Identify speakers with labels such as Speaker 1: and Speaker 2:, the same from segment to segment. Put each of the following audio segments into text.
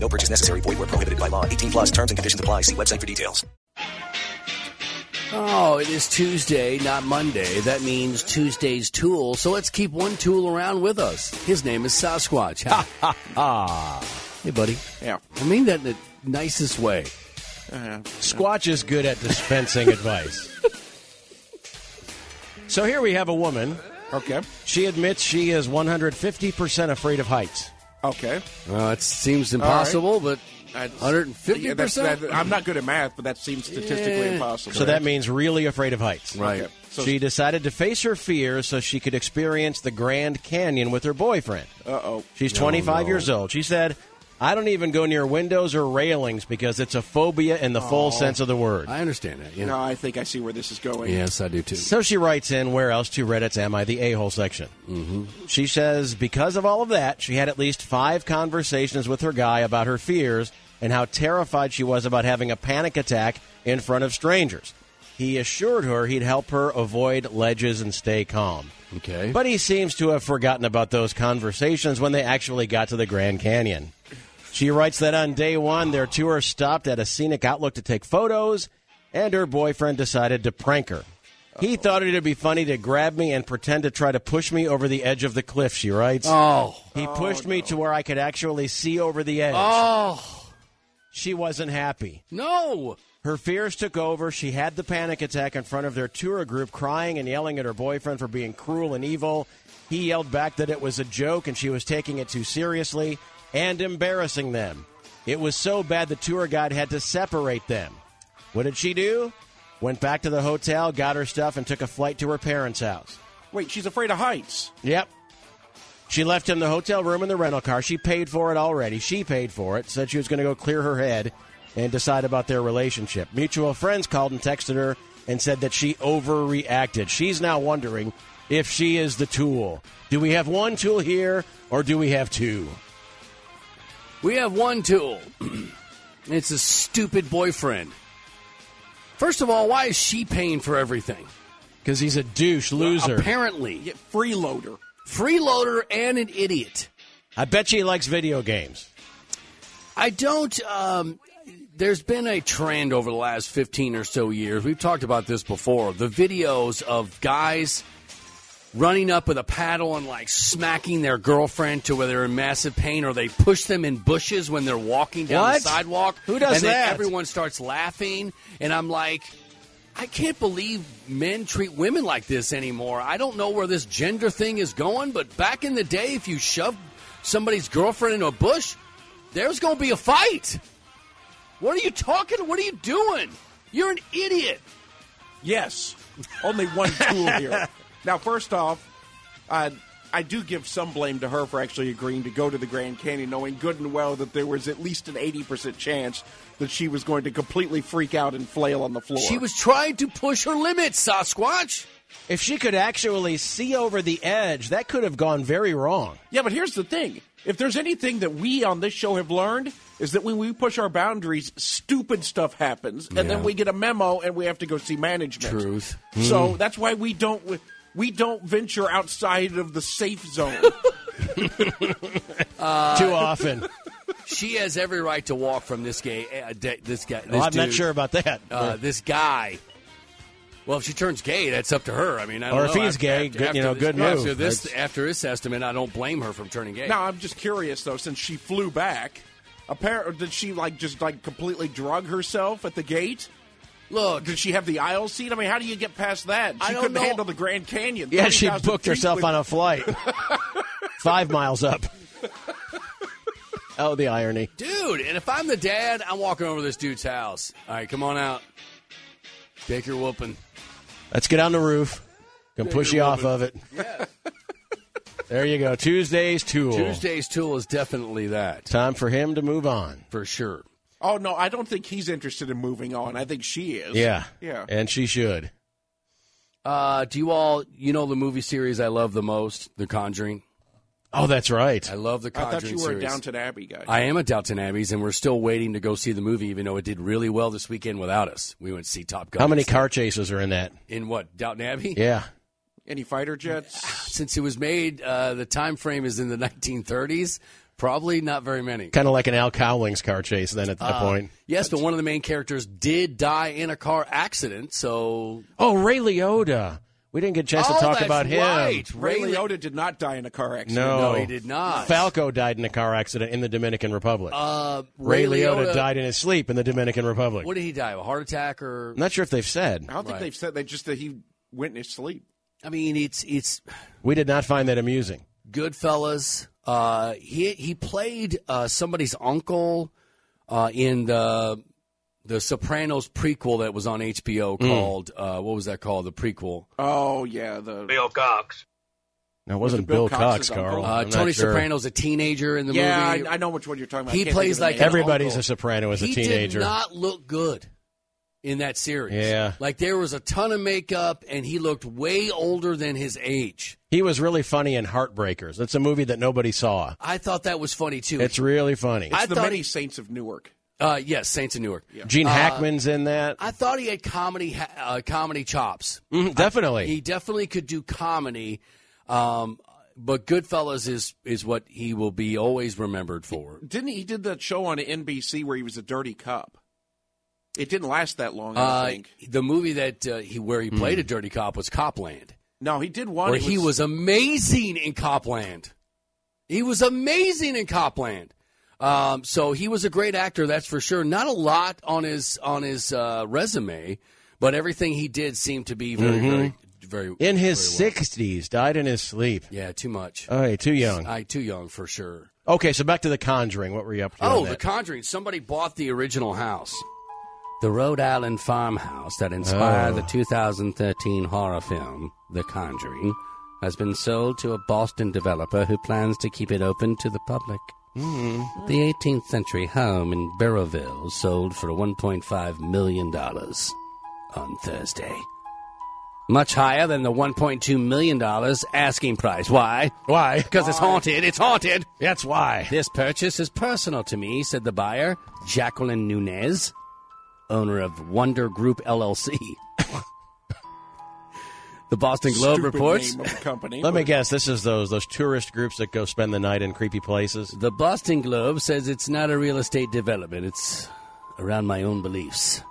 Speaker 1: No purchase necessary. Void where prohibited by law. 18 plus terms and conditions apply. See website for details.
Speaker 2: Oh, it is Tuesday, not Monday. That means Tuesday's tool. So let's keep one tool around with us. His name is Sasquatch. Ha ha ha! Hey, buddy.
Speaker 3: Yeah.
Speaker 2: I mean that in the nicest way.
Speaker 4: Squatch is good at dispensing advice. So here we have a woman.
Speaker 3: Okay.
Speaker 4: She admits she is 150% afraid of heights.
Speaker 3: Okay.
Speaker 2: Well, Uh, it seems impossible, but
Speaker 3: That's-
Speaker 2: 150
Speaker 3: Yeah, that's-
Speaker 2: percent.
Speaker 3: that- I'm not good at math, but that seems statistically
Speaker 2: Yeah.
Speaker 3: impossible.
Speaker 4: So that means really afraid of heights.
Speaker 2: Right. Okay.
Speaker 3: So-
Speaker 4: she decided to face her fear so she could experience the Grand Canyon with her boyfriend.
Speaker 3: Uh oh.
Speaker 4: She's 25 years old. She said, I don't even go near windows or railings because it's a phobia in the full sense of the word.
Speaker 2: I understand that. Yeah.
Speaker 3: No, I think I see where this is going.
Speaker 2: Yes, I do too.
Speaker 4: So she writes in, where else to Reddit's Am I the A hole section? Mm-hmm. She says, because of all of that, she had at least five conversations with her guy about her fears and how terrified she was about having a panic attack in front of strangers. He assured her he'd help her avoid ledges and stay calm.
Speaker 2: Okay.
Speaker 4: But he seems to have forgotten about those conversations when they actually got to the Grand Canyon. She writes that on day one, their tour stopped at a scenic outlook to take photos, and her boyfriend decided to prank her. He thought it'd be funny to grab me and pretend to try to push me over the edge of the cliff, she writes.
Speaker 2: oh,
Speaker 4: he pushed me to where I could actually see over the
Speaker 3: Oh.
Speaker 4: edge.
Speaker 2: Oh.
Speaker 4: She wasn't happy.
Speaker 2: no.
Speaker 4: Her fears took over. She had the panic attack in front of their tour group, crying and yelling at her boyfriend for being cruel and evil. He yelled back that it was a joke and she was taking it too seriously and embarrassing them. It was so bad the tour guide had to separate them. What did she do? Went back to the hotel, got her stuff, and took a flight to her parents' house.
Speaker 3: Wait, she's afraid of heights.
Speaker 4: Yep. She left him the hotel room and the rental car. She paid for it already. She paid for it. Said she was going to go clear her head and decide about their relationship. Mutual friends called and texted her and said that she overreacted. She's now wondering if she is the tool. Do we have one tool here or do we have two?
Speaker 2: We have one tool. it's a stupid boyfriend. First of all, why is she paying for everything?
Speaker 4: Because he's a douche loser.
Speaker 2: Apparently,
Speaker 3: Yeah, freeloader.
Speaker 2: freeloader and an idiot.
Speaker 4: I bet she likes video games.
Speaker 2: I don't. Um, there's been a trend over the last 15 or so years. We've talked about this before. The videos of guys running up with a paddle and like smacking their girlfriend to where they're in massive pain, or they push them in bushes when they're walking down the
Speaker 4: What?
Speaker 2: sidewalk.
Speaker 4: Who does
Speaker 2: and then
Speaker 4: that?
Speaker 2: Everyone starts laughing, and I'm like. I can't believe men treat women like this anymore. I don't know where this gender thing is going, but back in the day, if you shoved somebody's girlfriend in a bush, there's going to be a fight. What are you talking? What are you doing? You're an idiot.
Speaker 3: Yes. Only one tool here. Now, first off, uh, I do give some blame to her for actually agreeing to go to the Grand Canyon, knowing good and well that there was at least an 80% chance that she was going to completely freak out and flail on the floor.
Speaker 2: She was trying to push her limits, Sasquatch.
Speaker 4: If she could actually see over the edge, that could have gone very wrong.
Speaker 3: Yeah, but here's the thing. If there's anything that we on this show have learned, is that when we push our boundaries, stupid stuff happens, and then we get a memo and we have to go see management.
Speaker 2: Truth.
Speaker 3: So
Speaker 4: Hmm.
Speaker 3: that's why we don't we don't venture outside of the safe zone.
Speaker 2: Uh,
Speaker 4: Too often.
Speaker 2: She has every right to walk from this gay, uh, de- this guy. This
Speaker 4: Well, I'm not
Speaker 2: dude,
Speaker 4: sure about that.
Speaker 2: Uh, this guy. Well, if she turns gay, that's up to her. I mean, I don't
Speaker 4: Or if
Speaker 2: know.
Speaker 4: he's gay, good- you know,
Speaker 2: this,
Speaker 4: good
Speaker 2: after
Speaker 4: move.
Speaker 2: This,
Speaker 4: That's-
Speaker 2: after this estimate, I don't blame her from turning gay.
Speaker 3: now I'm just curious though, since she flew back, apparently did she like just like completely drug herself at the gate?
Speaker 2: Look,
Speaker 3: Did she have the aisle seat? I mean, how do you get past that? She
Speaker 2: I don't
Speaker 3: couldn't
Speaker 2: know.
Speaker 3: handle the Grand Canyon.
Speaker 4: Yeah, she
Speaker 3: 30,000
Speaker 4: booked
Speaker 3: feet
Speaker 4: herself
Speaker 3: with-
Speaker 4: on a flight. Five miles up. Oh, the irony.
Speaker 2: dude. And if I'm the dad, I'm walking over to this dude's house. All right, come on out. Take your whooping.
Speaker 4: Let's get on the roof. Can push you off of it. There you go. Tuesday's tool.
Speaker 2: Tuesday's tool is definitely that
Speaker 4: Time for him to move on.
Speaker 2: for sure.
Speaker 3: Oh no, I don't think he's interested in moving on. I think she is.
Speaker 4: Yeah.
Speaker 3: Yeah.
Speaker 4: And she should.
Speaker 2: Uh, do you all you know the movie series I love the most, The Conjuring?
Speaker 4: Oh, that's right.
Speaker 2: I love the
Speaker 3: I thought
Speaker 2: Conjuring
Speaker 3: you were a
Speaker 2: series.
Speaker 3: Downton Abbey guy.
Speaker 2: I am a Downton Abbey's, and we're still waiting to go see the movie, even though it did really well this weekend without us. We went to see Top Gun.
Speaker 4: How many car chases are in that?
Speaker 2: in what Downton Abbey?
Speaker 4: Yeah.
Speaker 3: Any fighter jets?
Speaker 2: Since it was made, uh, the time frame is in the 1930s. Probably not very many.
Speaker 4: Kind of like an Al Cowlings car chase then at that
Speaker 2: Uh,
Speaker 4: point.
Speaker 2: Yes, but one of the main characters did die in a car accident, so
Speaker 4: Oh, Ray Liotta. We didn't get a chance
Speaker 2: Oh,
Speaker 4: to talk
Speaker 2: that's
Speaker 4: about him.
Speaker 2: right.
Speaker 3: Ray
Speaker 2: Really?
Speaker 3: Liotta did not die in a car accident.
Speaker 4: No.
Speaker 2: No, he did not.
Speaker 4: Falco died in a car accident in the Dominican Republic.
Speaker 2: uh,
Speaker 4: Ray, Liotta, died in his sleep in the Dominican Republic.
Speaker 2: What did he die? of? A heart attack or?
Speaker 4: I'm not sure if they've said.
Speaker 3: I don't think
Speaker 2: Right.
Speaker 3: they've said they just that he went in his sleep.
Speaker 2: I mean, it's it's
Speaker 4: We did not find that amusing.
Speaker 2: Goodfellas. Uh, he he played uh, somebody's uncle uh, in the the Sopranos prequel that was on HBO
Speaker 4: Mm.
Speaker 2: called uh, what was that called? The prequel.
Speaker 3: Oh yeah, the
Speaker 5: Bill Cox.
Speaker 4: No, it wasn't
Speaker 3: Bill
Speaker 4: Bill, Cox,
Speaker 3: Cox's
Speaker 4: Carl.
Speaker 3: uncle?
Speaker 2: Uh,
Speaker 4: Oh, I'm not
Speaker 2: Tony
Speaker 4: sure.
Speaker 2: Soprano's a teenager in the
Speaker 3: yeah,
Speaker 2: movie.
Speaker 3: I, I know which one you're talking about. I
Speaker 2: he
Speaker 3: can't
Speaker 2: plays
Speaker 3: think
Speaker 2: like
Speaker 3: of the
Speaker 2: an
Speaker 3: name.
Speaker 4: Every- Everybody's
Speaker 2: uncle.
Speaker 4: a soprano as a
Speaker 2: he
Speaker 4: teenager.
Speaker 2: Did not look good in that series.
Speaker 4: Yeah.
Speaker 2: like there was a ton of makeup, and he looked way older than his age.
Speaker 4: He was really funny in Heartbreakers. That's a movie that nobody saw.
Speaker 2: I thought that was funny too.
Speaker 4: It's really funny.
Speaker 2: I
Speaker 3: the
Speaker 2: thought
Speaker 3: many
Speaker 2: he-
Speaker 3: saints of Newark.
Speaker 2: uh, yes, Saints of Newark.
Speaker 4: Gene Hackman's in that.
Speaker 2: I thought he had comedy ha- uh, comedy chops.
Speaker 4: Mhm, definitely.
Speaker 2: He definitely could do comedy, um, but Goodfellas is is what he will be always remembered for.
Speaker 3: Didn't he, he did that show on NBC where he was a dirty cop? It didn't last that long. I
Speaker 2: Uh,
Speaker 3: think.
Speaker 2: the movie that uh, he where he
Speaker 4: Hmm.
Speaker 2: played a dirty cop was Copland,
Speaker 3: No, he did one.
Speaker 2: where
Speaker 3: It
Speaker 2: he was amazing in Copland. He was amazing in Copland. Um, so he was a great actor, that's for sure. Not a lot on his on his uh, resume, but everything he did seemed to be very very very
Speaker 4: Mm-hmm. in his
Speaker 2: very well.
Speaker 4: 60s, died in his sleep.
Speaker 2: Yeah, too much.
Speaker 4: Oh, hey, too young.
Speaker 2: I too young for sure.
Speaker 4: Okay, so back to The Conjuring. What were you up to?
Speaker 2: Oh,
Speaker 4: on
Speaker 2: The
Speaker 4: that?
Speaker 2: Conjuring. Somebody bought the original house. The Rhode Island farmhouse that inspired
Speaker 4: Oh.
Speaker 2: the 2013 horror film The Conjuring has been sold to a Boston developer who plans to keep it open to the public. The 18th century home in Barrowville sold for $1.5 million on Thursday. Much higher than the $1.2 million asking price. Why?
Speaker 4: Why?
Speaker 2: Because it's haunted. It's haunted.
Speaker 4: That's why.
Speaker 2: This purchase is personal to me, said the buyer, Jacqueline Nunez, owner of Wonder Group LLC. the Boston Globe
Speaker 3: Stupid
Speaker 2: reports.
Speaker 3: name of the company.
Speaker 4: Let me guess. This is those those tourist groups that go spend the night in creepy places.
Speaker 2: The Boston Globe says it's not a real estate development, it's around my own beliefs.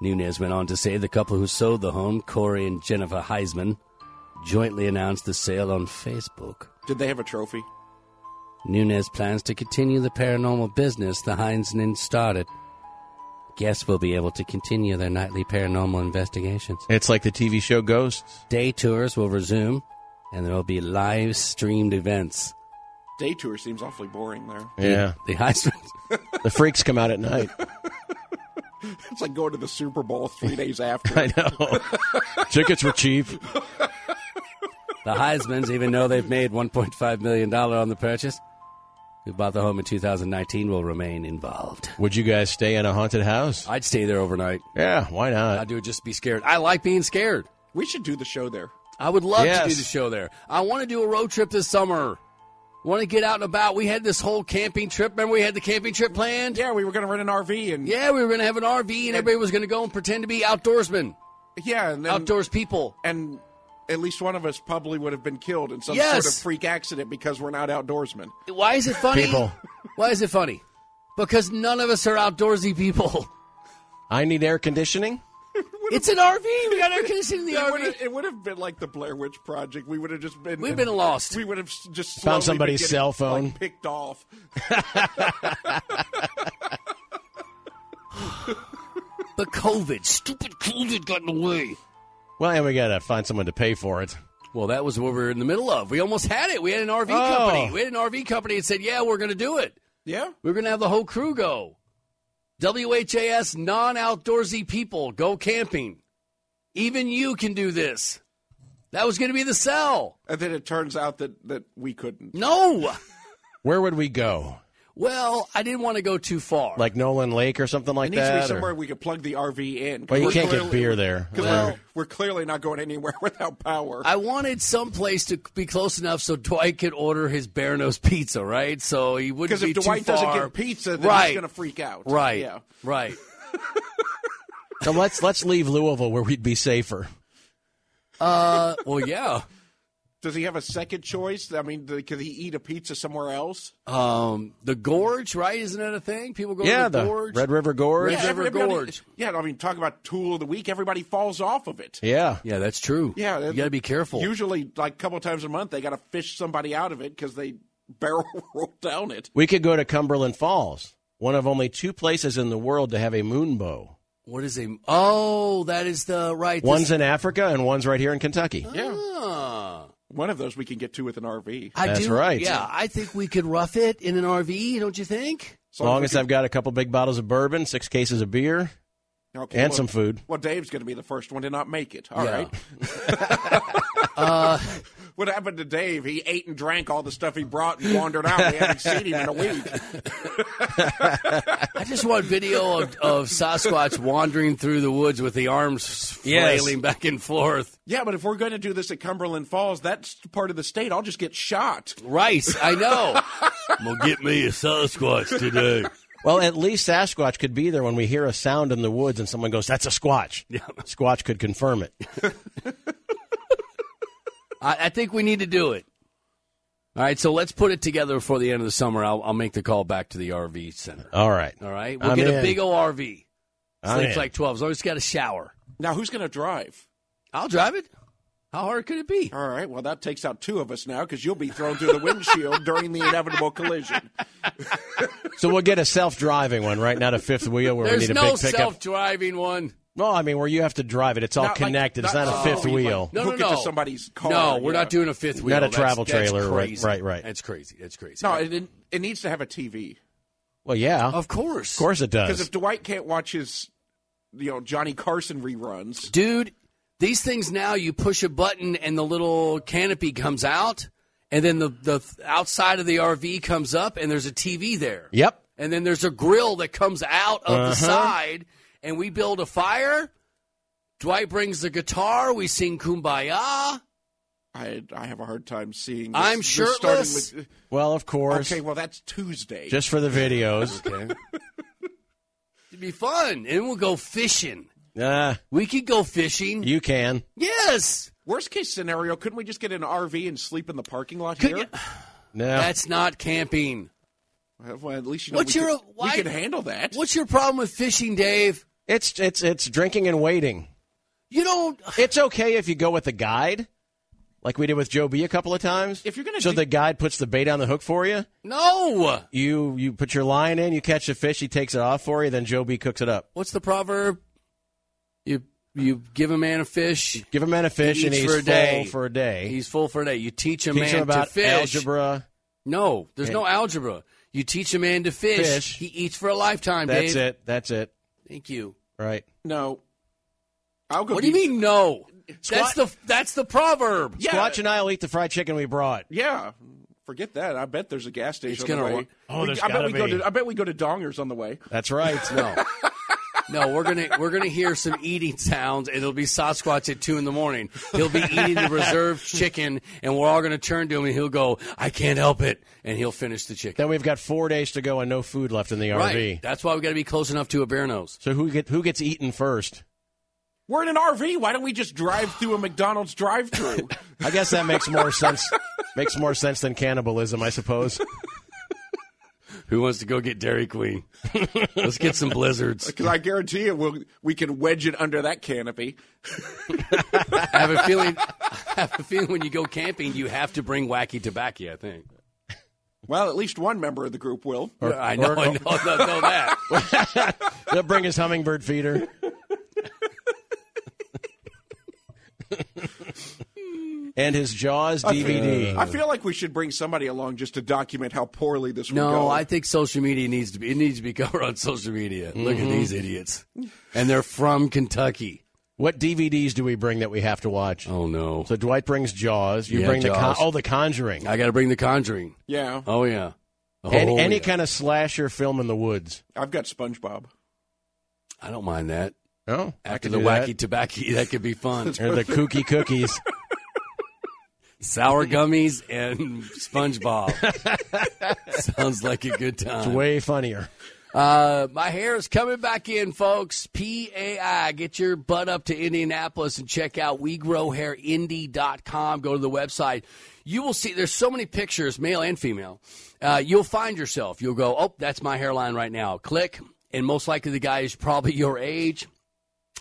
Speaker 2: Nunez went on to say the couple who sold the home, Corey and Jennifer Heisman, jointly announced the sale on Facebook.
Speaker 3: Did they have a trophy?
Speaker 2: Nunez plans to continue the paranormal business the Heinzman started. Guests will be able to continue their nightly paranormal investigations.
Speaker 4: It's like the TV show Ghosts.
Speaker 2: Day tours will resume, and there will be live streamed events.
Speaker 3: Day tour seems awfully boring there.
Speaker 4: Yeah,
Speaker 2: The Heisman.
Speaker 4: the freaks come out at night.
Speaker 3: It's like going to the Super Bowl three days after.
Speaker 4: I know. Tickets were cheap.
Speaker 2: The Heismans, even though they've made $1.5 million on the purchase, who bought the home in 2019, will remain involved.
Speaker 4: Would you guys stay in a haunted house?
Speaker 2: I'd stay there overnight.
Speaker 4: Yeah, why
Speaker 2: I'd
Speaker 4: not?
Speaker 2: do it just to be scared. I like being scared.
Speaker 3: we should do the show there.
Speaker 2: I would love to do
Speaker 4: Yes.
Speaker 2: the show there. I want to do a road trip this summer. Want to get out and about. We had this whole camping trip. Remember, we had the camping trip planned?
Speaker 3: Yeah, we were going to rent an RV and
Speaker 2: Yeah, we were going to have an RV and everybody was going to go and pretend to be outdoorsmen,
Speaker 3: yeah, and then,
Speaker 2: outdoors people.
Speaker 3: and at least one of us probably would have been killed in some
Speaker 2: Yes.
Speaker 3: sort of freak accident because we're not outdoorsmen.
Speaker 2: Why is it funny?
Speaker 4: People.
Speaker 2: Why is it funny? Because none of us are outdoorsy people.
Speaker 4: I need air conditioning.
Speaker 2: It's an RV. We got air conditioning in the
Speaker 3: It would, have,
Speaker 2: RV.
Speaker 3: it would have been like the Blair Witch Project. We would have just been
Speaker 2: We've been lost.
Speaker 3: We would have s- just slowly
Speaker 4: Found
Speaker 3: been
Speaker 4: somebody's
Speaker 3: getting,
Speaker 4: cell phone.
Speaker 3: like, picked off.
Speaker 2: But COVID, stupid COVID got in the way.
Speaker 4: Well, and we gotta find someone to pay for it.
Speaker 2: Well, that was what we were in the middle of. We almost had it. We had an RV
Speaker 4: Oh.
Speaker 2: company. We had an RV company and said, yeah, we're going to do it.
Speaker 3: Yeah,
Speaker 2: We're going to have the whole crew go. WHAS non outdoorsy people go camping. Even you can do this. That was going to be the sell.
Speaker 3: and then it turns out that that we couldn't.
Speaker 2: No.
Speaker 4: Where would we go?
Speaker 2: well, I didn't want to go too far.
Speaker 4: Like Nolan Lake or something like
Speaker 3: It needs
Speaker 4: that.
Speaker 3: to be
Speaker 4: or-
Speaker 3: somewhere we could plug the RV in. 'cause
Speaker 4: Well, you
Speaker 3: we're
Speaker 4: can't get
Speaker 3: clearly-
Speaker 4: beer there.
Speaker 3: 'cause
Speaker 4: Well-
Speaker 3: we're, we're clearly not going anywhere without power.
Speaker 2: I wanted someplace to be close enough so Dwight could order his bare nose pizza, right? So he wouldn't
Speaker 3: Because
Speaker 2: be
Speaker 3: if Dwight
Speaker 2: too far.
Speaker 3: doesn't get pizza, then
Speaker 2: right,
Speaker 3: he's going to freak out.
Speaker 2: Right,
Speaker 3: Yeah.
Speaker 2: right.
Speaker 4: so let's let's leave Louisville where we'd be safer.
Speaker 2: Uh, well, yeah.
Speaker 3: Does he have a second choice? I mean, the, could he eat a pizza somewhere else?
Speaker 2: Um, the gorge, right? Isn't that a thing? People go
Speaker 4: yeah,
Speaker 2: to the,
Speaker 4: the
Speaker 2: gorge.
Speaker 4: Red River Gorge.
Speaker 2: Red
Speaker 3: yeah,
Speaker 2: River
Speaker 3: everybody-
Speaker 2: Gorge.
Speaker 3: Yeah, I mean, talk about tool of the week. Everybody falls off of it.
Speaker 4: Yeah.
Speaker 2: yeah, that's true.
Speaker 3: Yeah,
Speaker 2: you got to be careful.
Speaker 3: Usually, like a couple times a month, they got to fish somebody out of it because they barrel roll down it.
Speaker 4: We could go to Cumberland Falls, one of only two places in the world to have a moon bow.
Speaker 2: what is a? Oh, that is the right.
Speaker 4: One's
Speaker 2: this-
Speaker 4: in Africa and one's right here in Kentucky.
Speaker 3: Yeah,
Speaker 2: Ah.
Speaker 3: one of those we can get to with an RV.
Speaker 2: I
Speaker 4: That's
Speaker 2: do,
Speaker 4: right.
Speaker 2: Yeah, I think we could rough it in an RV. Don't you think?
Speaker 4: As long as I've got a couple big bottles of bourbon, six cases of beer,
Speaker 3: Okay,
Speaker 4: and
Speaker 3: well-
Speaker 4: some food.
Speaker 3: Well, Dave's going to be the first one to not make it. All
Speaker 2: Yeah. Uh,
Speaker 3: right. What happened to Dave? He ate and drank all the stuff he brought and wandered out. We haven't seen him in a week.
Speaker 2: I just want video of, of Sasquatch wandering through the woods with the arms
Speaker 4: Yes.
Speaker 2: flailing back and forth.
Speaker 3: Yeah, but if we're going to do this at Cumberland Falls, that's part of the state. I'll just get shot.
Speaker 2: Rice, I know. well, get me a Sasquatch today.
Speaker 4: Well, at least Sasquatch could be there when we hear a sound in the woods and someone goes, "That's a Squatch." Squatch could confirm it.
Speaker 2: I, I think we need to do it. All right, so let's put it together before the end of the summer. I'll, I'll make the call back to the RV center.
Speaker 4: All right.
Speaker 2: All right, we'll
Speaker 4: I'm
Speaker 2: get a
Speaker 4: in.
Speaker 2: big old RV.
Speaker 4: I'm
Speaker 2: Sleeps
Speaker 4: in.
Speaker 2: like twelve. As long as it's got a shower,
Speaker 3: Now, who's going to drive?
Speaker 2: I'll drive it. How hard could it be?
Speaker 3: All right. Well, that takes out two of us now because you'll be thrown through the windshield during the inevitable collision.
Speaker 4: So we'll get a self-driving one right now to fifth wheel where we
Speaker 2: There's
Speaker 4: need a
Speaker 2: no
Speaker 4: big pickup.
Speaker 2: self-driving one.
Speaker 4: Well, I mean, where you have to drive it. It's all
Speaker 3: Not like-
Speaker 4: connected. it's
Speaker 3: not
Speaker 4: not a
Speaker 3: like-
Speaker 4: fifth
Speaker 3: oh,
Speaker 4: wheel.
Speaker 3: like-
Speaker 2: No,
Speaker 3: Hook
Speaker 2: no,
Speaker 3: it
Speaker 2: no.
Speaker 3: to somebody's car,
Speaker 2: No, we're
Speaker 3: yeah.
Speaker 2: not doing a fifth wheel.
Speaker 4: a
Speaker 2: That's-
Speaker 4: travel
Speaker 2: that's
Speaker 4: trailer, right,
Speaker 2: crazy.
Speaker 4: right, right.
Speaker 2: That's crazy. That's crazy.
Speaker 3: No, it, it needs to have a TV
Speaker 4: Well, yeah. Of
Speaker 2: of course,
Speaker 4: course it
Speaker 3: because
Speaker 4: does.
Speaker 3: if Dwight can't watch his, you know, Johnny Carson reruns.
Speaker 2: dude. These things now, you push a button and the little canopy comes out, and then the the outside of the RV comes up, and there's a TV there.
Speaker 4: Yep.
Speaker 2: And then there's a grill that comes out of
Speaker 4: Uh-huh.
Speaker 2: the side, and we build a fire. Dwight brings the guitar. We sing "Kumbaya."
Speaker 3: I I have a hard time seeing. This,
Speaker 2: I'm
Speaker 3: this
Speaker 2: shirtless.
Speaker 3: Starting
Speaker 4: Well, of
Speaker 3: with,
Speaker 4: course.
Speaker 3: okay, well that's Tuesday.
Speaker 4: Just for the videos.
Speaker 2: Okay. It'd be fun, and we'll go fishing.
Speaker 4: Ah,
Speaker 2: We could go fishing.
Speaker 4: you can.
Speaker 2: Yes.
Speaker 3: Worst case scenario, couldn't we just get an RV and sleep in the parking lot
Speaker 2: Could
Speaker 3: here?
Speaker 2: you-
Speaker 4: No.
Speaker 2: That's not camping.
Speaker 3: Well, at least you know
Speaker 2: What's
Speaker 3: we,
Speaker 2: your-
Speaker 3: could,
Speaker 2: why-
Speaker 3: we could handle that.
Speaker 2: What's your problem with fishing, Dave?
Speaker 4: it's it's it's drinking and waiting.
Speaker 2: You don't.
Speaker 4: It's okay if you go with a guide, like we did with Joe B a couple of times.
Speaker 3: If you're gonna
Speaker 4: so
Speaker 3: do-
Speaker 4: the guide puts the bait on the hook for you.
Speaker 2: No.
Speaker 4: You you put your line in, you catch the fish, he takes it off for you, then Joe B cooks it up.
Speaker 2: What's the proverb? You you give a man a fish,
Speaker 4: Give a man a fish
Speaker 2: He
Speaker 4: and
Speaker 2: eats
Speaker 4: he's
Speaker 2: for a
Speaker 4: full
Speaker 2: day.
Speaker 4: for a day.
Speaker 2: he's full for a day. You teach a
Speaker 4: Teach
Speaker 2: man
Speaker 4: him about
Speaker 2: to fish.
Speaker 4: algebra.
Speaker 2: No, there's no algebra. You teach a man to fish.
Speaker 4: Fish.
Speaker 2: He eats for a lifetime,
Speaker 4: That's
Speaker 2: Dave.
Speaker 4: it. That's it.
Speaker 2: Thank you.
Speaker 4: Right.
Speaker 3: No, I'll go.
Speaker 2: What do you
Speaker 3: be-
Speaker 2: mean no?
Speaker 4: Squat-
Speaker 2: That's the that's the proverb.
Speaker 3: Yeah.
Speaker 4: Squatch and I'll eat the fried chicken we brought.
Speaker 3: Yeah, forget that. I bet there's a gas station
Speaker 2: It's
Speaker 3: on the
Speaker 2: gonna
Speaker 3: way.
Speaker 2: run-
Speaker 4: Oh,
Speaker 3: We-
Speaker 4: there's
Speaker 3: I bet
Speaker 4: gotta
Speaker 3: we go
Speaker 4: be.
Speaker 3: to. I bet we go to Dongers on the way.
Speaker 4: That's right.
Speaker 2: No. No, we're gonna we're gonna hear some eating sounds, and it'll be Sasquatch at two in the morning. He'll be eating the reserved chicken, and we're all gonna turn to him, and he'll go, "I can't help it," and he'll finish the chicken.
Speaker 4: then we've got four days to go and no food left in the
Speaker 2: Right.
Speaker 4: RV.
Speaker 2: That's why we got to be close enough to a bear nose.
Speaker 4: So who get who gets eaten first?
Speaker 3: We're in an RV. Why don't we just drive through a McDonald's drive-through?
Speaker 4: I guess that makes more sense. Makes more sense than cannibalism, I suppose.
Speaker 2: Who wants to go get Dairy Queen? Let's get some blizzards.
Speaker 3: Because I guarantee you, we'll, we can wedge it under that canopy.
Speaker 2: I have a feeling. I have a feeling when you go camping, you have to bring wacky tobacco. I think.
Speaker 3: Well, at least one member of the group will.
Speaker 2: I know. I know, I know that.
Speaker 4: They'll bring his hummingbird feeder. and his Jaws DVD.
Speaker 3: I feel like we should bring somebody along just to document how poorly this will
Speaker 2: No,
Speaker 3: go.
Speaker 2: I think social media needs to be. It needs to be covered on social media. Look at these idiots, and they're from Kentucky.
Speaker 4: what DVDs do we bring that we have to watch?
Speaker 2: Oh no!
Speaker 4: So Dwight brings Jaws. You
Speaker 2: Yeah,
Speaker 4: bring the
Speaker 2: Jaws.
Speaker 4: Con- oh the Conjuring.
Speaker 2: I got to bring The Conjuring.
Speaker 3: yeah.
Speaker 2: Oh yeah, Oh,
Speaker 4: Any, any
Speaker 2: yeah.
Speaker 4: kind of slasher film in the woods.
Speaker 3: I've got SpongeBob.
Speaker 2: I don't mind that.
Speaker 4: Oh,
Speaker 2: After the wacky tobacco, that could be fun.
Speaker 4: or the kooky cookies.
Speaker 2: Sour gummies and SpongeBob. Sounds like a good
Speaker 4: It's
Speaker 2: time.
Speaker 4: way funnier.
Speaker 2: Uh, my hair is coming back in, folks. PAI. Get your butt up to Indianapolis and check out WeGrowHairIndy.com. Go to the website. You will see there's so many pictures, male and female. Uh, you'll find yourself. You'll go, oh, that's my hairline right now. Click, and most likely the guy is probably your age.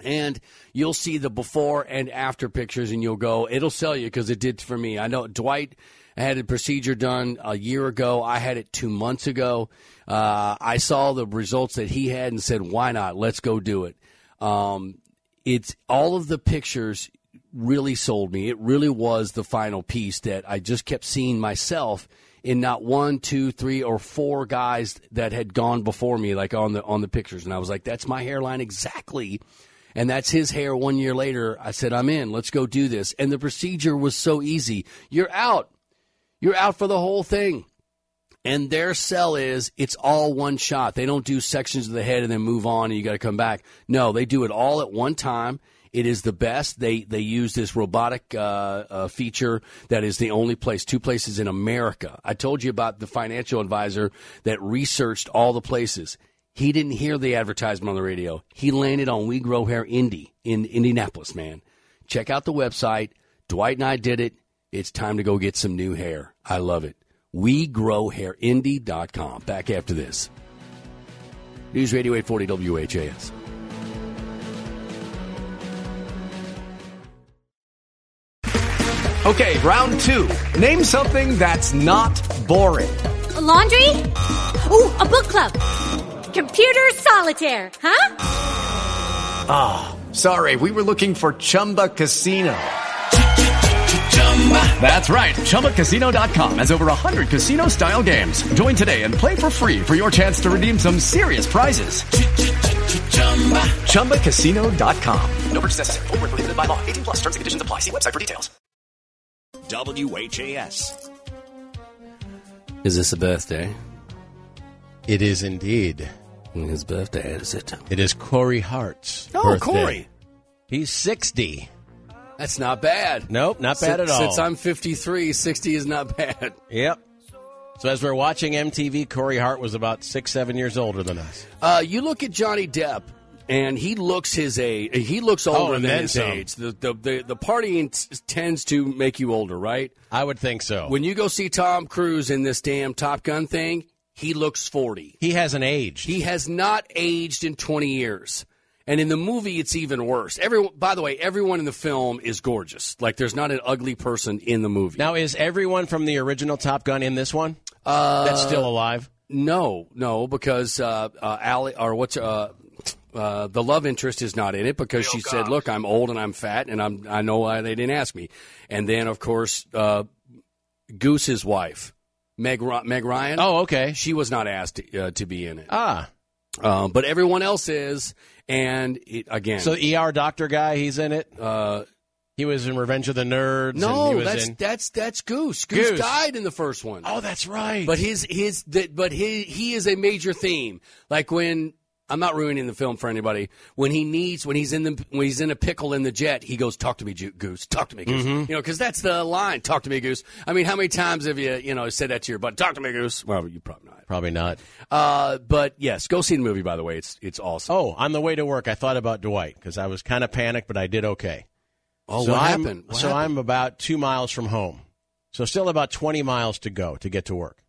Speaker 2: And you'll see the before and after pictures, and you'll go, it'll sell you because it did for me. I know Dwight had a procedure done a year ago. I had it two months ago. Uh, I saw the results that he had and said, why not? Let's go do it. Um, it's all of the pictures really sold me. It really was the final piece that I just kept seeing myself in not one, two, three, or four guys that had gone before me, like on the on the pictures. And I was like, that's my hairline exactly. And that's his hair one year later. I said, I'm in. Let's go do this. And the procedure was so easy. You're out. You're out for the whole thing. And their sell is it's all one shot. They don't do sections of the head and then move on and you got to come back. No, they do it all at one time. It is the best. They they use this robotic uh, uh, feature that is the only place, two places in America. I told you about the financial advisor that researched all the places. He didn't hear the advertisement on the radio. He landed on We Grow Hair Indy in Indianapolis. Man, check out the website. Dwight and I did it. It's time to go get some new hair. I love it. WeGrowHairIndy.com. Back after this. News Radio 840 WHAS.
Speaker 5: Okay, round two. Name something that's not boring.
Speaker 6: A laundry? Ooh, a book club. Computer solitaire, huh?
Speaker 5: Sorry, we were looking for Chumba Casino. That's right. ChumbaCasino.com has over 100 casino style games. Join today and play for free for your chance to redeem some serious prizes. ChumbaCasino.com. No purchase necessary. Void where prohibited by law. 18 plus terms and conditions apply. See website for details.
Speaker 7: WHAS.
Speaker 2: Is this a birthday?
Speaker 4: It is indeed.
Speaker 2: His birthday, is it?
Speaker 4: It is Corey Hart's.
Speaker 2: Oh,
Speaker 4: birthday.
Speaker 2: Corey.
Speaker 4: He's 60.
Speaker 2: That's not bad.
Speaker 4: Nope, not
Speaker 2: Since-
Speaker 4: bad at all.
Speaker 2: Since I'm 53, 60 is not bad.
Speaker 4: Yep. So as we're watching MTV, Corey Hart was about six, seven years older than us.
Speaker 2: Uh, you look at Johnny Depp, and he looks his age. He looks older
Speaker 4: Oh, and
Speaker 2: than
Speaker 4: then
Speaker 2: his
Speaker 4: some.
Speaker 2: age. The, the, the, the partying t- tends to make you older, right?
Speaker 4: I would think so.
Speaker 2: When you go see Tom Cruise in this damn Top Gun thing, he looks 40.
Speaker 4: he hasn't aged.
Speaker 2: He has not aged in 20 years. And in the movie, it's even worse. Everyone, by the way, everyone in the film is gorgeous. Like, there's not an ugly person in the movie.
Speaker 4: now, is everyone from the original Top Gun in this one? Uh, That's still alive.
Speaker 2: no, no, because uh, uh, Ali or what's uh, uh, the love interest is not in it because she said, "Look, I'm old and I'm fat, and I'm I know why they didn't ask me." And then, of course, uh, Goose's wife, Meg Ry- Meg Ryan.
Speaker 4: Oh, okay.
Speaker 2: she was not asked uh, to be in it,
Speaker 4: Ah,
Speaker 2: uh, but everyone else is. And it, again,
Speaker 4: so the ER doctor guy, he's in it. Uh, he was in Revenge of the Nerds. and he
Speaker 2: No,
Speaker 4: was
Speaker 2: that's
Speaker 4: in-
Speaker 2: that's that's Goose. Goose.
Speaker 4: Goose.
Speaker 2: died in the first one.
Speaker 4: oh, that's right.
Speaker 2: But his his that but he he is a major theme. Like when I'm not ruining the film for anybody. When he needs when he's in the when he's in a pickle in the jet, he goes talk to me Ju- Goose, talk to me Goose.
Speaker 4: Mm-hmm.
Speaker 2: You know, cuz that's the line, talk to me Goose. I mean, how many times have you, you know, said that to your butt, talk to me Goose? Well, you probably not.
Speaker 4: Probably not.
Speaker 2: Uh, but yes, go see the movie by the way. It's it's awesome.
Speaker 4: Oh, on the way to work, I thought about Dwight because I was kind of panicked, but I did okay.
Speaker 2: Oh,
Speaker 4: so
Speaker 2: what
Speaker 4: I'm,
Speaker 2: happened? What
Speaker 4: so
Speaker 2: happened?
Speaker 4: I'm about two miles from home. So still about 20 miles to go to get to work.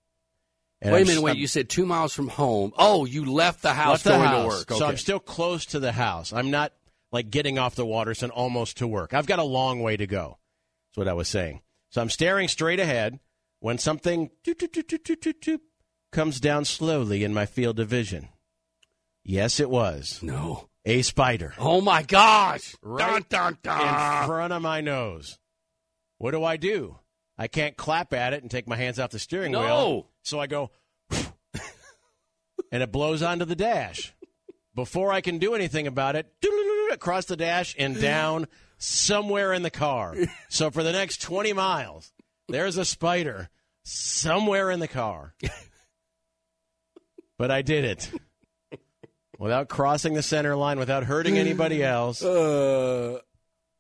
Speaker 4: And
Speaker 2: Wait a
Speaker 4: I'm-
Speaker 2: minute, wait.
Speaker 4: I'm-
Speaker 2: You said 2 miles from home. Oh, you left the house
Speaker 4: left the
Speaker 2: going
Speaker 4: house.
Speaker 2: to work. Okay.
Speaker 4: So I'm still close to the house. I'm not like getting off the Waterson almost to work. I've got a long way to go. That's what I was saying. So I'm staring straight ahead when something doot, doot, doot, doot, doot, doot, doot, comes down slowly in my field of vision. Yes, it was
Speaker 2: no.
Speaker 4: a spider.
Speaker 2: Oh my gosh!
Speaker 4: Right
Speaker 2: Dun, dun,
Speaker 4: in
Speaker 2: dun.
Speaker 4: front of my nose. What do I do? I can't clap at it and take my hands off the steering
Speaker 2: No.
Speaker 4: wheel. So I go, and it blows onto the dash. Before I can do anything about it, across the dash and down somewhere in the car. So for the next 20 miles, there's a spider somewhere in the car. but I did it. Without crossing the center line, without hurting anybody else.
Speaker 2: Uh,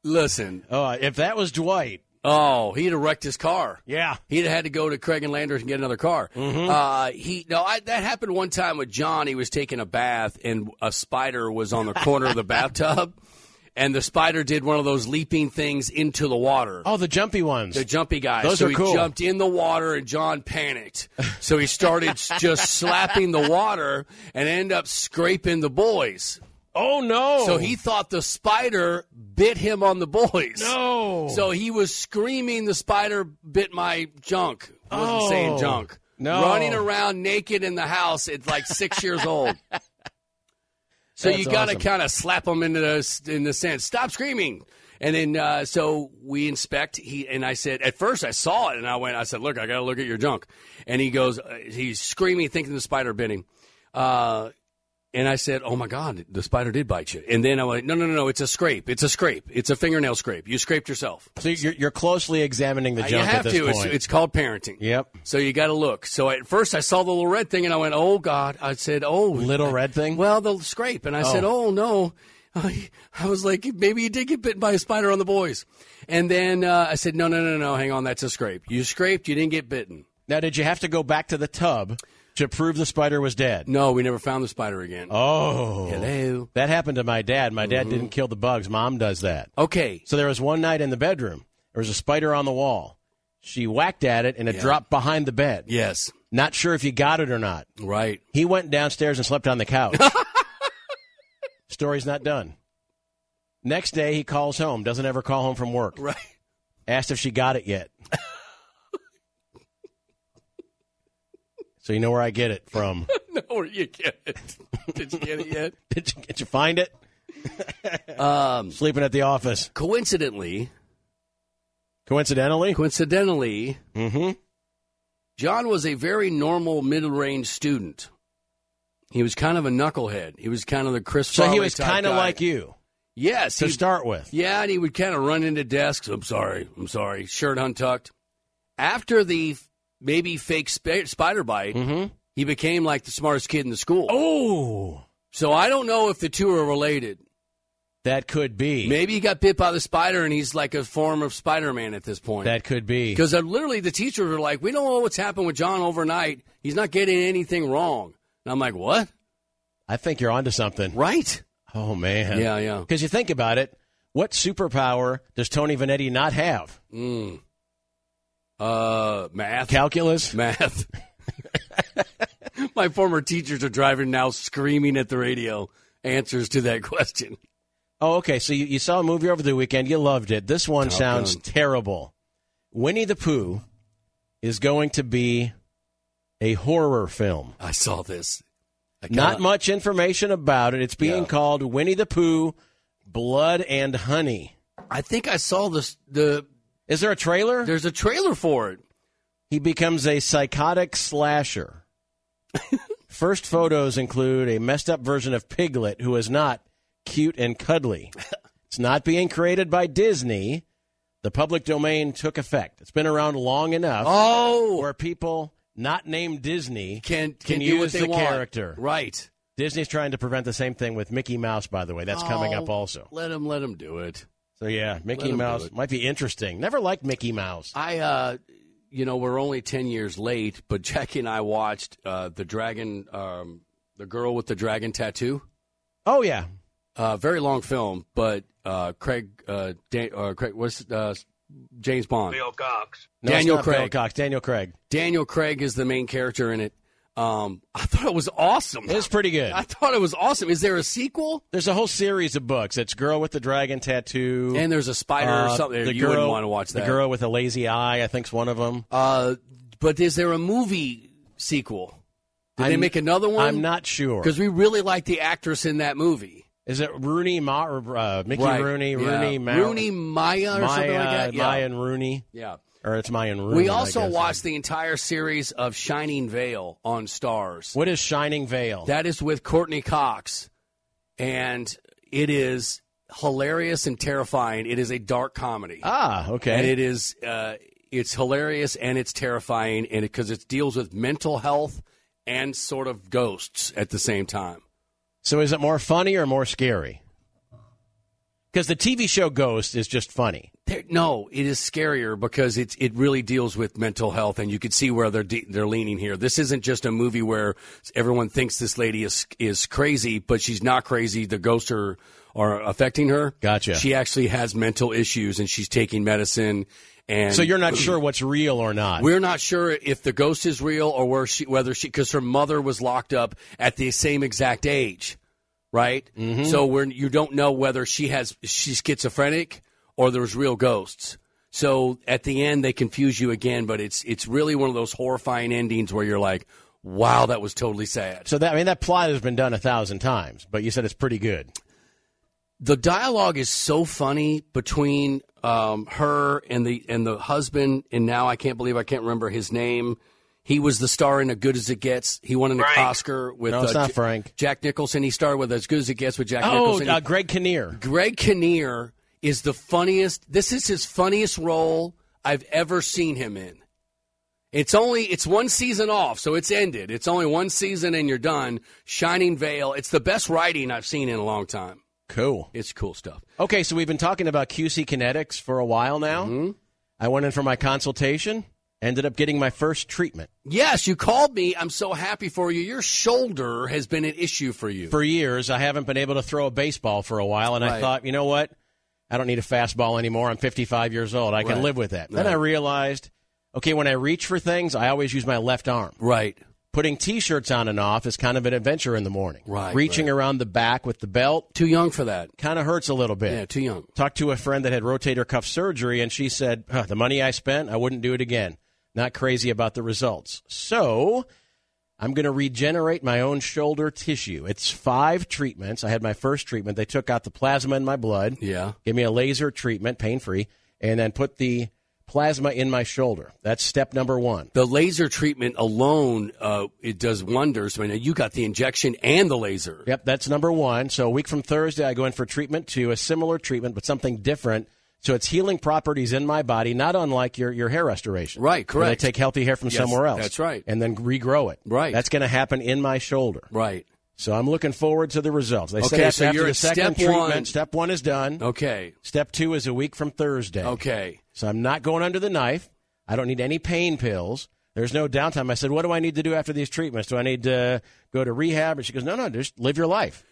Speaker 2: listen.
Speaker 4: Uh, if that was Dwight,
Speaker 2: Oh, he'd have wrecked his car.
Speaker 4: yeah.
Speaker 2: He'd have had to go to Craig and Landers and get another car.
Speaker 4: Mm-hmm.
Speaker 2: Uh, he no, I, that happened one time with John. He was taking a bath and a spider was on the corner of the bathtub, and the spider did one of those leaping things into the water.
Speaker 4: Oh, the jumpy ones.
Speaker 2: The jumpy guy.
Speaker 4: Those
Speaker 2: so
Speaker 4: are
Speaker 2: he
Speaker 4: cool.
Speaker 2: jumped in the water and John panicked. So he started s- just slapping the water and ended up scraping the boys.
Speaker 4: oh no.
Speaker 2: So he thought the spider bit him on the boys.
Speaker 4: No.
Speaker 2: So he was screaming, "The spider bit my junk." Wasn't
Speaker 4: Oh.
Speaker 2: saying junk.
Speaker 4: No.
Speaker 2: Running around naked in the house at like six years old. So
Speaker 4: That's
Speaker 2: you got to
Speaker 4: awesome.
Speaker 2: kind of slap them into the in the sense, stop screaming. And then uh, so we inspect. He and I said at first I saw it and I went. I said, look, I got to look at your junk. And he goes, uh, he's screaming, thinking the spider bit him. Uh, and I said, "Oh my God, the spider did bite you." And then I went, "No, no, no, no! It's a scrape. It's a scrape. It's a fingernail scrape. You scraped yourself.
Speaker 4: So you're, you're closely examining the junk
Speaker 2: Uh, you
Speaker 4: at
Speaker 2: have
Speaker 4: this
Speaker 2: to. It's,
Speaker 4: point.
Speaker 2: it's called parenting.
Speaker 4: Yep.
Speaker 2: So you got to look. So at first I saw the little red thing and I went, "Oh God!" I said, "Oh,
Speaker 4: Little red thing?
Speaker 2: Well, the scrape. And I said, "Oh no." I, I was like, maybe you did get bitten by a spider on the boys. And then uh, I said, no, no, no, no, hang on, that's a scrape. You scraped, you didn't get bitten.
Speaker 4: now, did you have to go back to the tub to prove the spider was dead?
Speaker 2: No, we never found the spider again.
Speaker 4: Oh.
Speaker 2: Hello.
Speaker 4: That happened to my dad. My dad
Speaker 2: Mm-hmm.
Speaker 4: didn't kill the bugs. Mom does that.
Speaker 2: Okay.
Speaker 4: So there was one night in the bedroom, there was a spider on the wall. She whacked at it and it dropped behind the bed.
Speaker 2: Yes.
Speaker 4: Not sure if you got it or not.
Speaker 2: Right.
Speaker 4: He went downstairs and slept on the couch. Story's not done. Next day, he calls home, doesn't ever call home from work.
Speaker 2: Right.
Speaker 4: Asked if she got it yet. so you know where I get it from.
Speaker 2: No, or you get it. Did you get it yet?
Speaker 4: did, you, did you find it? um, Sleeping at the office.
Speaker 2: Coincidentally,
Speaker 4: Coincidentally?
Speaker 2: coincidentally,
Speaker 4: mm-hmm.
Speaker 2: John was a very normal middle-range student. He was kind of a knucklehead. He was kind of the Chris.
Speaker 4: So he
Speaker 2: Farley
Speaker 4: was
Speaker 2: type
Speaker 4: kind of
Speaker 2: guy.
Speaker 4: like you
Speaker 2: Yes,
Speaker 4: to
Speaker 2: he,
Speaker 4: start with.
Speaker 2: yeah, and he would kind of run into desks. I'm sorry, I'm sorry. Shirt untucked. After the f- maybe fake sp- spider bite,
Speaker 4: Mm-hmm.
Speaker 2: he became like the smartest kid in the school.
Speaker 4: Oh,
Speaker 2: So I don't know if the two are related.
Speaker 4: that could be.
Speaker 2: Maybe he got bit by the spider, and he's like a form of Spider-Man at this point.
Speaker 4: That could be.
Speaker 2: Because uh, literally, the teachers were like, "We don't know what's happened with John overnight. He's not getting anything wrong." And I'm like, "What?
Speaker 4: I think you're onto something.
Speaker 2: Right?
Speaker 4: Oh man.
Speaker 2: Yeah, yeah.
Speaker 4: Because you think about it, what superpower does Tony Vanetti not have?
Speaker 2: Mm. Uh, math,
Speaker 4: Calculus.
Speaker 2: math." My former teachers are driving now, screaming at the radio answers to that question.
Speaker 4: Oh, okay. So you, you saw a movie over the weekend. You loved it. This one
Speaker 2: Top
Speaker 4: sounds
Speaker 2: Gun.
Speaker 4: terrible. Winnie the Pooh is going to be a horror film.
Speaker 2: I saw this. I
Speaker 4: Not
Speaker 2: cannot-
Speaker 4: much information about it. It's being
Speaker 2: Yeah.
Speaker 4: called Winnie the Pooh, Blood and Honey.
Speaker 2: I think I saw this. The
Speaker 4: Is there a trailer?
Speaker 2: there's a trailer for it.
Speaker 4: He becomes a psychotic slasher. First photos include a messed up version of Piglet, who is not cute and cuddly. It's not being created by Disney. The public domain took effect. It's been around long enough
Speaker 2: Oh,
Speaker 4: where people not named Disney
Speaker 2: can
Speaker 4: can,
Speaker 2: can do
Speaker 4: use
Speaker 2: what they
Speaker 4: the
Speaker 2: want.
Speaker 4: character.
Speaker 2: right?
Speaker 4: Disney's trying to prevent the same thing with Mickey Mouse, by the way. That's coming up
Speaker 2: Oh,
Speaker 4: also.
Speaker 2: Let him let him do it.
Speaker 4: So, yeah, Mickey
Speaker 2: him do
Speaker 4: Mouse
Speaker 2: it.
Speaker 4: might be interesting. Never liked Mickey Mouse.
Speaker 2: I, uh, you know, we're only ten years late, but Jackie and I watched uh, the dragon, um, the girl with the dragon tattoo.
Speaker 4: Oh, yeah.
Speaker 2: Uh, very long film, but uh, Craig, uh, Dan- uh, Craig, what's uh, James Bond?
Speaker 4: No, it's
Speaker 2: Daniel
Speaker 4: not Bill
Speaker 2: Craig.
Speaker 4: Cox. Daniel Craig.
Speaker 2: Daniel Craig is the main character in it. Um, I thought it was awesome.
Speaker 4: It's pretty good.
Speaker 2: I thought it was awesome. Is there a sequel?
Speaker 4: There's a whole series of books. It's Girl with the Dragon Tattoo.
Speaker 2: And there's a spider
Speaker 4: uh,
Speaker 2: or something.
Speaker 4: The
Speaker 2: you
Speaker 4: girl,
Speaker 2: wouldn't want to watch that.
Speaker 4: The Girl with a Lazy Eye, I think's one of them.
Speaker 2: Uh, but is there a movie sequel? Did they make another one?
Speaker 4: I'm not sure.
Speaker 2: because we really like the actress in that movie.
Speaker 4: Is it Rooney Ma or uh, Mickey
Speaker 2: Right.
Speaker 4: Rooney?
Speaker 2: Yeah.
Speaker 4: Rooney Ma-
Speaker 2: Rooney Maya or
Speaker 4: Maya,
Speaker 2: something like that. Yeah.
Speaker 4: Maya and Rooney,
Speaker 2: yeah.
Speaker 4: or it's Maya and Rooney.
Speaker 2: We
Speaker 4: I
Speaker 2: also
Speaker 4: guess.
Speaker 2: watched the entire series of Shining Veil on Stars.
Speaker 4: What is Shining Veil?
Speaker 2: That is with Courtney Cox, and it is hilarious and terrifying. It is a dark comedy,
Speaker 4: ah,
Speaker 2: and
Speaker 4: okay.
Speaker 2: it is uh, it's hilarious and it's terrifying, and because it, deals with mental health and sort of ghosts at the same time.
Speaker 4: So is it more funny or more scary? Because the TV show Ghost is just funny.
Speaker 2: There, no, it is scarier because it's it really deals with mental health, and you can see where they're de- they're leaning here. This isn't just a movie where everyone thinks this lady is is crazy, but she's not crazy. The ghosts are are affecting her.
Speaker 4: Gotcha.
Speaker 2: She actually has mental issues, and she's taking medicine. And
Speaker 4: So you're not sure what's real or not.
Speaker 2: We're not sure if the ghost is real or where she, whether she, because her mother was locked up at the same exact age, right? So we're, you don't know whether she has she's schizophrenic or there's real ghosts. So at the end they confuse you again, but it's it's really one of those horrifying endings where you're like, wow, that was totally sad.
Speaker 4: so that I mean that plot has been done a thousand times, but you said it's pretty good.
Speaker 2: the dialogue is so funny between um, her and the and the husband, and now I can't believe I can't remember his name. He was the star in A Good as It Gets. He won an Oscar with
Speaker 4: No, it's
Speaker 2: uh,
Speaker 4: not
Speaker 2: J-
Speaker 4: Frank.
Speaker 2: Jack Nicholson. He starred with As Good as It Gets with Jack
Speaker 4: Oh,
Speaker 2: Nicholson.
Speaker 4: uh, Greg Kinnear.
Speaker 2: Greg Kinnear is the funniest. This is his funniest role I've ever seen him in. It's only it's one season off, so it's ended. It's only one season and you're done. Shining Veil. It's the best writing I've seen in a long time.
Speaker 4: Cool.
Speaker 2: It's cool stuff.
Speaker 4: Okay, so we've been talking about QC Kinetics for a while now.
Speaker 2: Mm-hmm.
Speaker 4: I went in for my consultation, ended up getting my first treatment
Speaker 2: Yes, you called me. I'm so happy for you. Your shoulder has been an issue for you.
Speaker 4: for years. I haven't been able to throw a baseball for a while, and
Speaker 2: Right.
Speaker 4: I thought, you know what? I don't need a fastball anymore. I'm 55 years old. I can
Speaker 2: Right.
Speaker 4: live with that. Then I realized, okay, when I reach for things, I always use my left arm.
Speaker 2: right.
Speaker 4: Putting t-shirts on and off is kind of an adventure in the morning.
Speaker 2: Right,
Speaker 4: Reaching around the back with the belt
Speaker 2: Too young for that.
Speaker 4: kind of hurts a little bit.
Speaker 2: Yeah, too young.
Speaker 4: Talked to a friend that had rotator cuff surgery, and she said, "Huh, The money I spent, I wouldn't do it again. Not crazy about the results. So I'm going to regenerate my own shoulder tissue. It's five treatments. I had my first treatment. They took out the plasma in my blood,
Speaker 2: Yeah.
Speaker 4: gave me a laser treatment, pain free, and then put the plasma in my shoulder. That's step number one.
Speaker 2: The laser treatment alone, uh, it does wonders. I mean, you got the injection and the laser.
Speaker 4: Yep, that's number one. So a week from Thursday, I go in for treatment to a similar treatment, but something different. So it's healing properties in my body, not unlike your, your hair restoration.
Speaker 2: Right,
Speaker 4: Where
Speaker 2: correct.
Speaker 4: they take healthy hair from somewhere else.
Speaker 2: that's right.
Speaker 4: And then regrow it.
Speaker 2: Right.
Speaker 4: That's going to happen in my shoulder.
Speaker 2: Right.
Speaker 4: So I'm looking forward to the results. They said
Speaker 2: Okay,
Speaker 4: after
Speaker 2: so you're
Speaker 4: the
Speaker 2: at
Speaker 4: second
Speaker 2: step
Speaker 4: treatment,
Speaker 2: one.
Speaker 4: step one is done.
Speaker 2: Okay.
Speaker 4: Step two is a week from Thursday.
Speaker 2: Okay.
Speaker 4: So I'm not going under the knife. I don't need any pain pills. There's no downtime. I said, what do I need to do after these treatments? Do I need to go to rehab? And she goes, no, no, just live your life.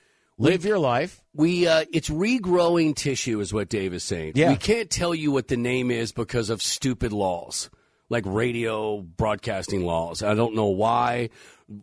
Speaker 4: Live your life.
Speaker 2: We uh, it's regrowing tissue is what Dave is saying.
Speaker 4: Yeah.
Speaker 2: We can't tell you what the name is because of stupid laws. Like radio broadcasting laws. I don't know why.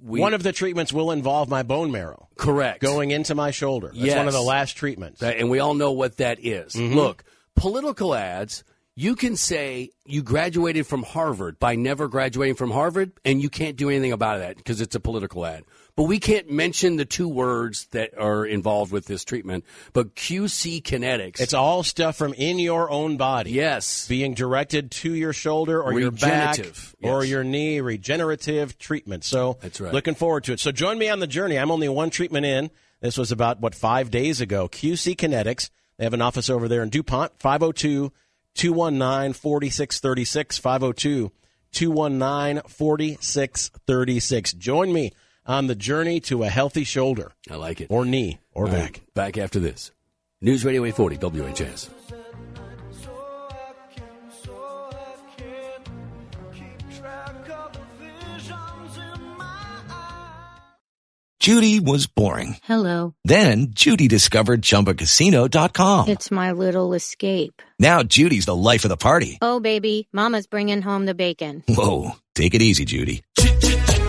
Speaker 2: We,
Speaker 4: one of the treatments will involve my bone marrow
Speaker 2: correct.
Speaker 4: going into my shoulder. That's
Speaker 2: Yes.
Speaker 4: one of the last treatments.
Speaker 2: That- and we all know what that is.
Speaker 4: Mm-hmm.
Speaker 2: Look, political ads, you can say you graduated from Harvard by never graduating from Harvard, and you can't do anything about that because it's a political ad. But we can't mention the two words that are involved with this treatment. But QC Kinetics.
Speaker 4: it's all stuff from in your own body.
Speaker 2: yes.
Speaker 4: Being directed to your shoulder or your back
Speaker 2: Regenerative,
Speaker 4: or
Speaker 2: yes.
Speaker 4: your knee, regenerative treatment. So
Speaker 2: That's right.
Speaker 4: looking forward to it. So join me on the journey. I'm only one treatment in. This was about, what, five days ago. QC Kinetics. They have an office over there in DuPont, 502 219 4636. 502 219 4636. Join me on the journey to a healthy shoulder
Speaker 2: I like it.
Speaker 4: or knee or
Speaker 2: All right,
Speaker 4: back.
Speaker 2: Back after this. News Radio 840, WHS.
Speaker 1: Judy was boring.
Speaker 8: Hello.
Speaker 1: Then Judy discovered ChumbaCasino.com.
Speaker 8: It's my little escape.
Speaker 1: Now Judy's the life of the party.
Speaker 8: Oh, baby. Mama's bringing home the bacon.
Speaker 1: Whoa, take it easy, Judy.